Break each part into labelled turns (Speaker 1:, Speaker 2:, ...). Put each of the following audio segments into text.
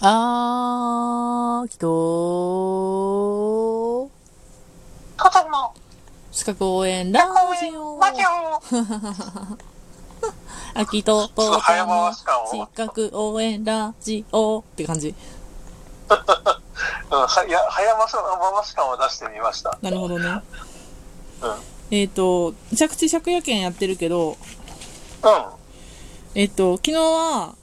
Speaker 1: あー、きとー、
Speaker 2: 父ちゃんの
Speaker 1: 四角応援ラ
Speaker 2: 学校
Speaker 1: ジ
Speaker 2: へ
Speaker 1: オ
Speaker 2: ラジオ
Speaker 1: 秋と
Speaker 2: ょっ
Speaker 1: 父
Speaker 2: と
Speaker 1: ちゃ
Speaker 2: 早
Speaker 1: ん
Speaker 2: 回
Speaker 1: の
Speaker 2: し感を
Speaker 1: 四角応援ラジオって感じ。
Speaker 2: うん、はいや早まさまし感を出してみました。
Speaker 1: なるほどね。
Speaker 2: うん。うん。
Speaker 1: えっ、と、着地借家券やってるけど、えっ、と、昨日は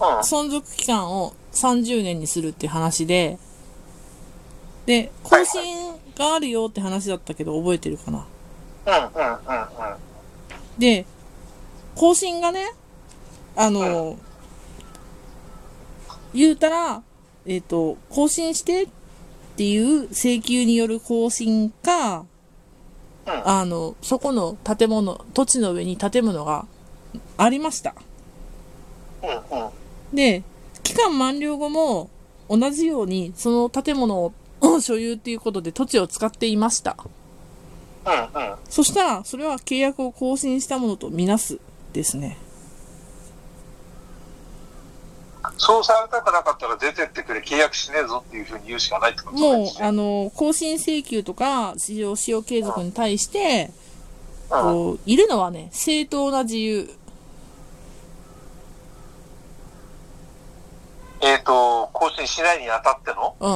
Speaker 2: うん。
Speaker 1: 存続期間を30年にするっていう話で、で、更新があるよって話だったけど、覚えてるかな。
Speaker 2: うん。うん。うん。うん。
Speaker 1: で、更新がね、あの、言うたら、えっ、と、更新してっていう請求による更新か、
Speaker 2: うん
Speaker 1: あの、そこの建物、土地の上に建物がありました。
Speaker 2: うん。うん。
Speaker 1: で、期間満了後も同じようにその建物を 所有ということで土地を使っていました。
Speaker 2: うん。うん。
Speaker 1: そしたら、それは契約を更新したものとみなすですね。
Speaker 2: そうされたくなかったら出てってくれ、契約しねえぞっていうふうに言うしかないってことなんで
Speaker 1: も
Speaker 2: す
Speaker 1: う、
Speaker 2: ね
Speaker 1: あの、更新請求とか、市場使用継続に対して、
Speaker 2: うん。
Speaker 1: こう、いるのはね、正当な自由。
Speaker 2: えっ、と、更新しないにあたっての
Speaker 1: う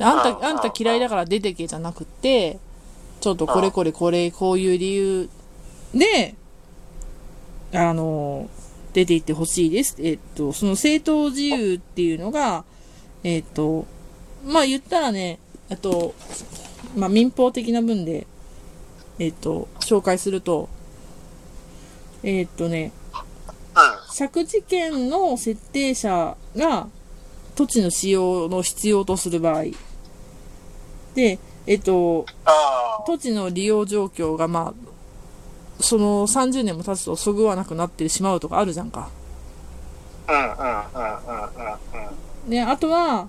Speaker 1: ん。あんた
Speaker 2: う、ん
Speaker 1: あんた嫌いだから出てけじゃなくて、ちょっとこれこれこれ、こういう理由で、あの、出て行ってほしいです。えっと、その正当自由っていうのが、えっと、まあ言ったらね、あと、まあ民法的な分で、えっと、紹介すると、えっとね、借地権の設定者が土地の使用の必要とする場合で、えっと、
Speaker 2: ああ。
Speaker 1: 土地の利用状況がまあその30年も経つとそぐわなくなってしまうとかあるじゃんか。
Speaker 2: うんうんうんうんうんうん。
Speaker 1: ね、あとは、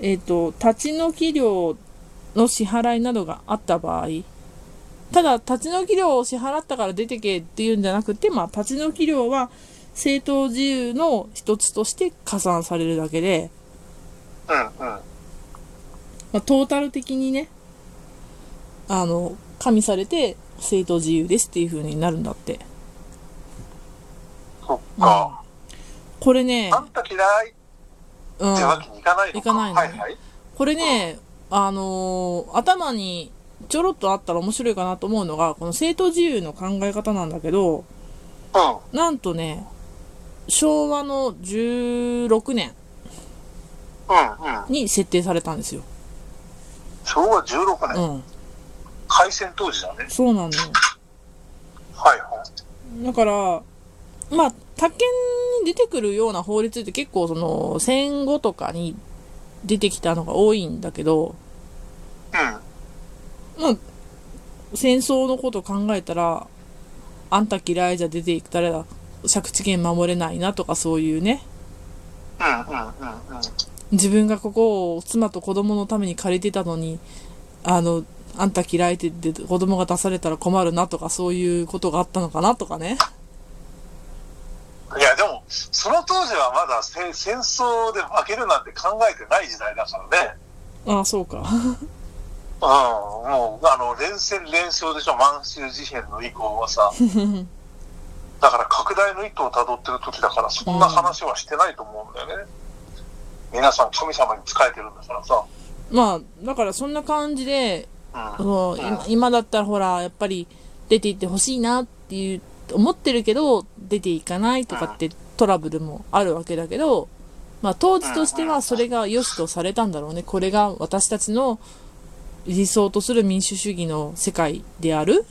Speaker 1: えっと立ち退き料の支払いなどがあった場合ただ立ち退き料を支払ったから出てけっていうんじゃなくて、まあ、立ち退き料は正当自由の一つとして加算されるだけで、
Speaker 2: うんうん。
Speaker 1: まあ、トータル的にね、あの、加味されて、正当自由ですっていう風になるんだって。
Speaker 2: そっか。
Speaker 1: これね
Speaker 2: あ、んた嫌いっ
Speaker 1: うん
Speaker 2: て。わけにいかないの
Speaker 1: いかないの
Speaker 2: はいはい。
Speaker 1: これね、あのー頭にちょろっとあったら面白いかなと思うのが、この正当自由の考え方なんだけど、
Speaker 2: うん。
Speaker 1: なんとね、昭和の16年
Speaker 2: うんうん。
Speaker 1: に設定されたんですよ。
Speaker 2: 昭和16
Speaker 1: う
Speaker 2: 年、
Speaker 1: ん。
Speaker 2: 開戦当時だね。
Speaker 1: そうなのよ。
Speaker 2: はいはい。
Speaker 1: だから、まあ、他県に出てくるような法律って結構その戦後とかに出てきたのが多いんだけど、
Speaker 2: うん。
Speaker 1: まあ、戦争のこと考えたら、あんた嫌いじゃ出ていくたら、借地権守れないなとかそういうね、
Speaker 2: うんうんうんうん。
Speaker 1: 自分がここを妻と子供のために借りてたのに、あの、あんた嫌いって言って子供が出されたら困るなとかそういうことがあったのかなとかね。
Speaker 2: いや、でも、その当時はまだせ戦争で負けるなんて考えてない時代だからね。
Speaker 1: ああ、そうか。
Speaker 2: うん、もう、あの、連戦連勝でしょ、満州事変の以降は さ。だから、拡大の一途をたどってる時だから、そんな話はしてないと思うんだよね。皆さん、神様に仕えてるんだからさ。
Speaker 1: まあ、だからそんな感じで、
Speaker 2: うん。うん。
Speaker 1: そう今今だったらほらやっぱり出て行ってほしいなっていう思ってるけど出ていかないとかってトラブルもあるわけだけど、まあ、当時としてはそれが良しとされたんだろうねこれが私たちの理想とする民主主義の世界である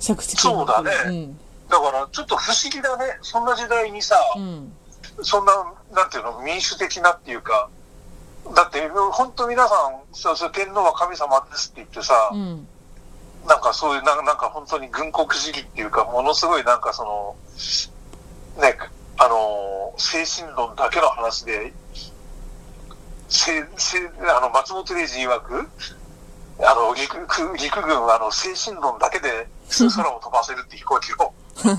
Speaker 1: 着地
Speaker 2: そうだね
Speaker 1: ん
Speaker 2: だから、ちょっと不思議だね。そんな時代にさ、
Speaker 1: うん
Speaker 2: そんな、なんていうの、民主的なっていうか、だって、本当皆さん、そうそう、天皇は神様ですって言ってさ、
Speaker 1: うん
Speaker 2: なんかそういう、なんかなんか本当に軍国主義っていうか、ものすごいなんかその、ね、あのー、精神論だけの話で、せせあの松本零士曰く、あの陸陸陸軍 はあの精神論だけで空を飛ばせるって飛行機を考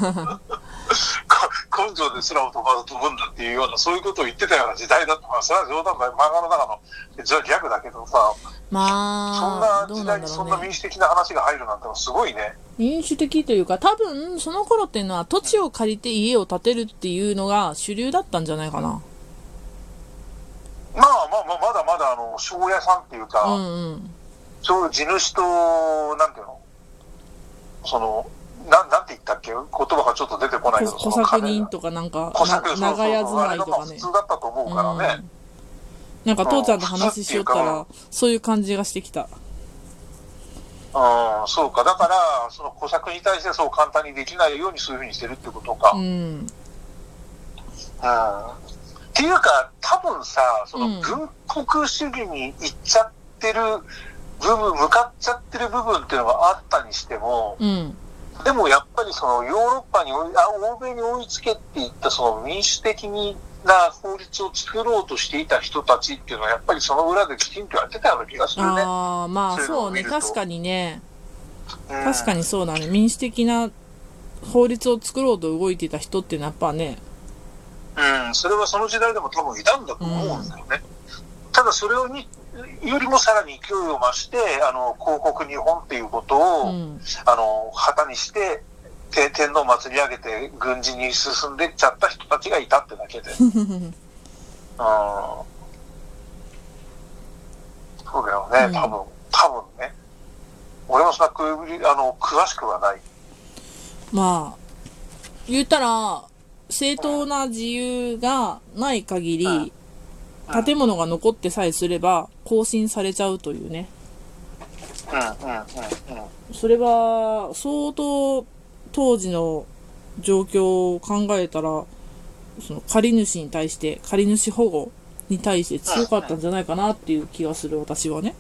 Speaker 2: 根性ですら男は飛ぶんだっていうような、そういうことを言ってたような時代だったから、それは冗談だよ。漫画の中の、実はギャグだけどさ、そん
Speaker 1: まあ、
Speaker 2: な
Speaker 1: どう
Speaker 2: 時
Speaker 1: な
Speaker 2: 代
Speaker 1: んだ
Speaker 2: にそん
Speaker 1: ろ
Speaker 2: な
Speaker 1: うね。
Speaker 2: 民主的な話が入るなんてのはすごいね。
Speaker 1: 民主的というか、多分、その頃っていうのは土地を借りて家を建てるっていうのが主流だったんじゃないかな。
Speaker 2: まあまあまあ、まだまだ、あの、庄屋さんっていうか、
Speaker 1: うんうん。
Speaker 2: そういう地主と、なんていうのその、なん、なんて言ったっけ言葉がちょっと出てこないけど、
Speaker 1: 小
Speaker 2: その
Speaker 1: 作
Speaker 2: 金
Speaker 1: 人とかなんか、
Speaker 2: 小作
Speaker 1: な
Speaker 2: そうそう
Speaker 1: 長屋住まいとか
Speaker 2: あれ
Speaker 1: ね
Speaker 2: が普。通だったと思うからね。
Speaker 1: なんか父ちゃんと話しよったら、そういう感じがしてきた。
Speaker 2: うん、そうか。だから、その小作に対してそう簡単にできないようにそういうふうにしてるってことか。
Speaker 1: う
Speaker 2: うん。
Speaker 1: ん。
Speaker 2: っていうか、多分さ、その
Speaker 1: うん
Speaker 2: 軍国主義に行っちゃってる部分、向かっちゃってる部分っていうのがあったにしても、
Speaker 1: うん。
Speaker 2: でもやっぱりそのヨーロッパに追い、あ欧米に追いつけっていったその民主的な法律を作ろうとしていた人たちっていうのはやっぱりその裏できちんとやってたような気がするね。
Speaker 1: ああ、まあ
Speaker 2: そういうの
Speaker 1: そ
Speaker 2: を
Speaker 1: う
Speaker 2: 見
Speaker 1: ね。
Speaker 2: る
Speaker 1: 確か
Speaker 2: と
Speaker 1: にね。
Speaker 2: うん
Speaker 1: 確かにそうだね。民主的な法律を作ろうと動いてた人っていうのはやっぱね、
Speaker 2: うん、それはその時代でも多分いたんだと思うんだよね。ただそれをに、よりもさらに勢いを増して、あの、広告日本っていうこと
Speaker 1: う
Speaker 2: を、
Speaker 1: ん。
Speaker 2: あの、旗にして、て天皇を祭り上げて軍事に進んでっちゃった人たちがいたってだ けで。うん。そうだよ
Speaker 1: うん
Speaker 2: ね、多分、多分ね。俺もそんなくり、あの、詳しくはない。
Speaker 1: まあ、言ったら、正当な自由がない限り、
Speaker 2: うん
Speaker 1: 建物が残ってさえすれば更新されちゃうというね。
Speaker 2: うん、うん、うん、うん。
Speaker 1: それは、相当、当時の状況を考えたら、その借り主に対して、借り主保護に対して強かったんじゃないかなっていう気がする、私はね。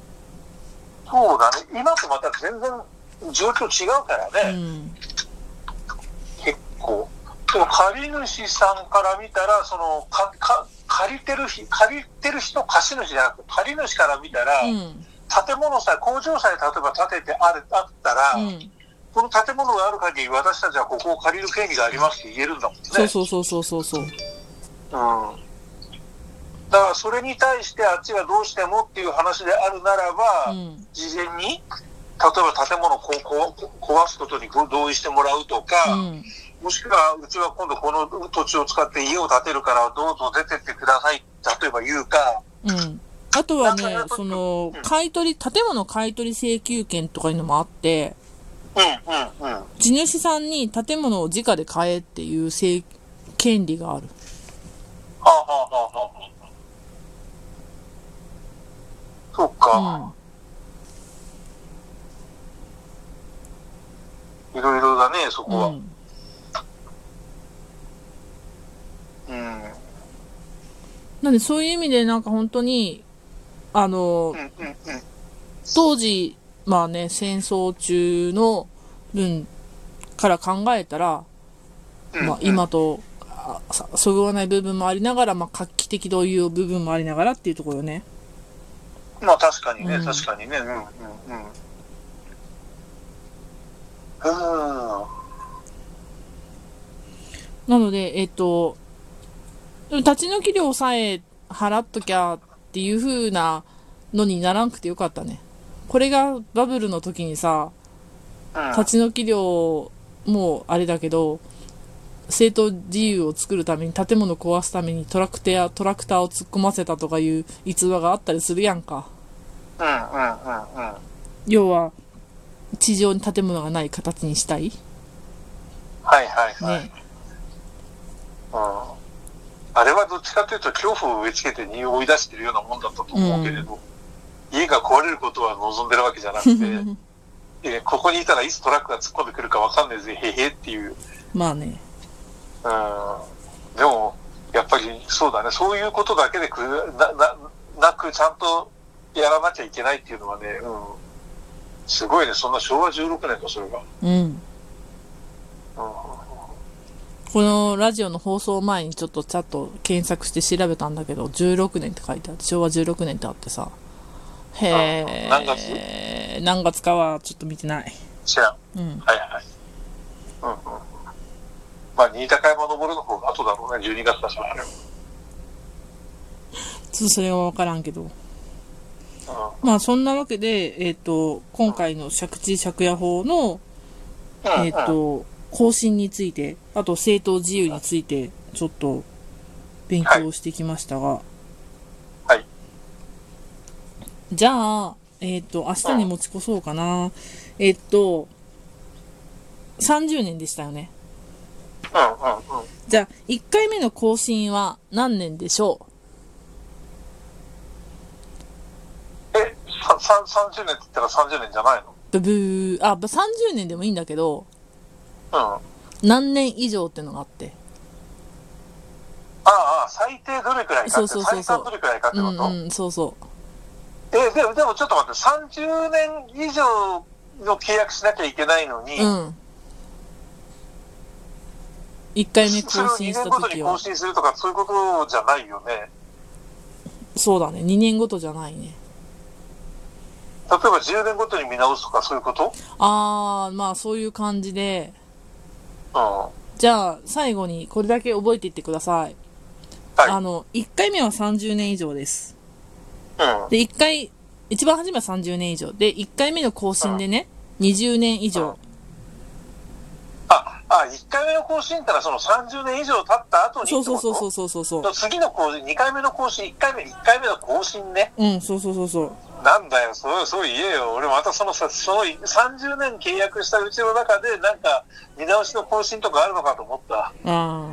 Speaker 2: そうだね。今とまた全然状況違うからね。
Speaker 1: うん。
Speaker 2: 結構。でも借り主さんから見たら、その、か、か、借りてるひ、借りてる人、貸し主じゃなくて、借り主から見たら、
Speaker 1: うん。
Speaker 2: 建物さえ、工場さえ例えば建ててある、あったら、
Speaker 1: うん。
Speaker 2: この建物がある限り私たちはここを借りる権利がありますって言えるんだもんね。
Speaker 1: そうそうそうそうそうそう。
Speaker 2: うん。だからそれに対してあっちがどうしてもっていう話であるならば、
Speaker 1: うん。
Speaker 2: 事前に、例えば建物をここ壊すことにご同意してもらうとか、
Speaker 1: うん。
Speaker 2: もしくは、うちは今度この土地を使って家を建てるからどうぞ出てってください。例えば言うか。
Speaker 1: うん。あとはね
Speaker 2: なんかやっ、ぱ
Speaker 1: その
Speaker 2: うん、
Speaker 1: 買い取り、建物買い取り請求権とかいうのもあって、
Speaker 2: うん、うん、うん。
Speaker 1: 地主さんに建物を直で買えっていう請権利がある。
Speaker 2: はあ、はあはあはあ、 そうか。
Speaker 1: う
Speaker 2: いろいろだね、そこ
Speaker 1: ん。
Speaker 2: は。
Speaker 1: う
Speaker 2: うん。
Speaker 1: ん。なんでそういう意味でなんか本当に、あの
Speaker 2: うん、う、ん、うん。
Speaker 1: 当時、まあね、戦争中の分から考えたら、
Speaker 2: うん
Speaker 1: まあ、今と、あさそぐわない部分もありながら、まあ、画期的という部分もありながらっていうところね。
Speaker 2: まあ確かにね、
Speaker 1: うん
Speaker 2: 確かにね。うん、うん、うん。うん。
Speaker 1: なので、えっと、でも立ち退き料さえ払っときゃっていう風なのにならなくてよかったね。これがバブルの時にさ、
Speaker 2: うん。
Speaker 1: 立ち退き料もあれだけど、正当自由を作るために建物壊すためにトラクター、トラクターを突っ込ませたとかいう逸話があったりするやんか。
Speaker 2: うん、うん、うん、うん。
Speaker 1: 要は、地上に建物がない形にしたい。
Speaker 2: はい、はい、はい。
Speaker 1: ね。
Speaker 2: うんあれはどっちかというと恐怖を植え付けてに追い出してるようなもんだったと思うけれど、家が壊れることは望んでるわけじゃなくて、いやここにいたらいつトラックが突っ込んでくるかわかんないぜ、へへっていう。うん、
Speaker 1: まあね。
Speaker 2: でも、やっぱりそうだね、そういうことだけでくなななくちゃんとやらなきゃいけないっていうのはね、うん、すごいね、そんな昭和16年か、それが。
Speaker 1: うん。
Speaker 2: うん
Speaker 1: このラジオの放送前にちょっとちゃんと検索して調べたんだけど、16年って書いてあって、昭和16年ってあってさ。へえ。
Speaker 2: あ何月
Speaker 1: 何月かはちょっと見てない。
Speaker 2: 知らん。
Speaker 1: うん。
Speaker 2: はいはい。うんうん。まあ、新高山登るの方が後だろうね、12月だしらね。
Speaker 1: ちょっとそれはわからんけど。
Speaker 2: う
Speaker 1: まあそんなわけで、えっ、と、今回の借地借家法の、
Speaker 2: ん。
Speaker 1: えっ、と、更新について、あと政党自由について、ちょっと勉強してきましたが、
Speaker 2: はい。
Speaker 1: じゃあ、えっ、と、明日に持ち越そうかな。えっ、と、30年でしたよね。
Speaker 2: うんうんうん。
Speaker 1: じゃあ、1回目の更新は何年でしょ
Speaker 2: え、ささ30年って言ったら30年じゃないう
Speaker 1: ブブー。あ、30年でもいいんだけど、
Speaker 2: のうん。
Speaker 1: 何年以上ってのがあって。
Speaker 2: ああ、最低どれくらいかって、
Speaker 1: そうそうそうそう
Speaker 2: 最短どれくらいかって
Speaker 1: う
Speaker 2: こと、
Speaker 1: んうん、そうそう。
Speaker 2: え、でも、でもちょっと待って、30年以上の契約しなきゃいけないのに、
Speaker 1: うん。1回目
Speaker 2: それを
Speaker 1: 更
Speaker 2: 2
Speaker 1: 新した
Speaker 2: 年ごと
Speaker 1: 時
Speaker 2: に更
Speaker 1: は。
Speaker 2: 新するとか、そういうことじゃないよね。
Speaker 1: そうだね。2年ごとじゃないね。
Speaker 2: 例えば10年ごとに見直すとか、そういうこと
Speaker 1: あー、まあそういう感じで。
Speaker 2: うん。は
Speaker 1: じゃあ、最後にこれだけ覚えていってください。あ
Speaker 2: い。
Speaker 1: の、1回目は30年以上です。
Speaker 2: うん。
Speaker 1: で、1回、一番初めは30年以上。で、1回目の更新でね、20年以上。
Speaker 2: あ、あ、1回目の更新ってのはその30年以上経った後にって
Speaker 1: そう
Speaker 2: こと
Speaker 1: そうそうそうそうそうそう。
Speaker 2: 次の更新、2回目の更新、1回目、1回目の更新ね。
Speaker 1: うん、そうそうそうそう。
Speaker 2: なんだよ、そう、そう言えよ。俺またそのさ、その30年契約したうちの中で、なんか、見直しの更新とかあるのかと思った。
Speaker 1: あ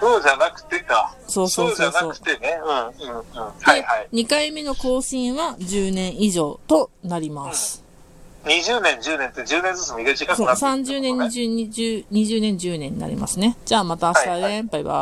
Speaker 2: そうじゃなくてか。
Speaker 1: そうそうそうそう
Speaker 2: じゃなくてね。うん、うん、うん。
Speaker 1: ー。
Speaker 2: はい、はい。
Speaker 1: で、2回目の更新は10年以上となります。
Speaker 2: 20年、10年って10年ずつ短く
Speaker 1: そう、
Speaker 2: なってるってこと
Speaker 1: 30
Speaker 2: ね
Speaker 1: 年、20、20、20年、10年になりますね。じゃあまた明日ね。
Speaker 2: はいは
Speaker 1: バイバイ。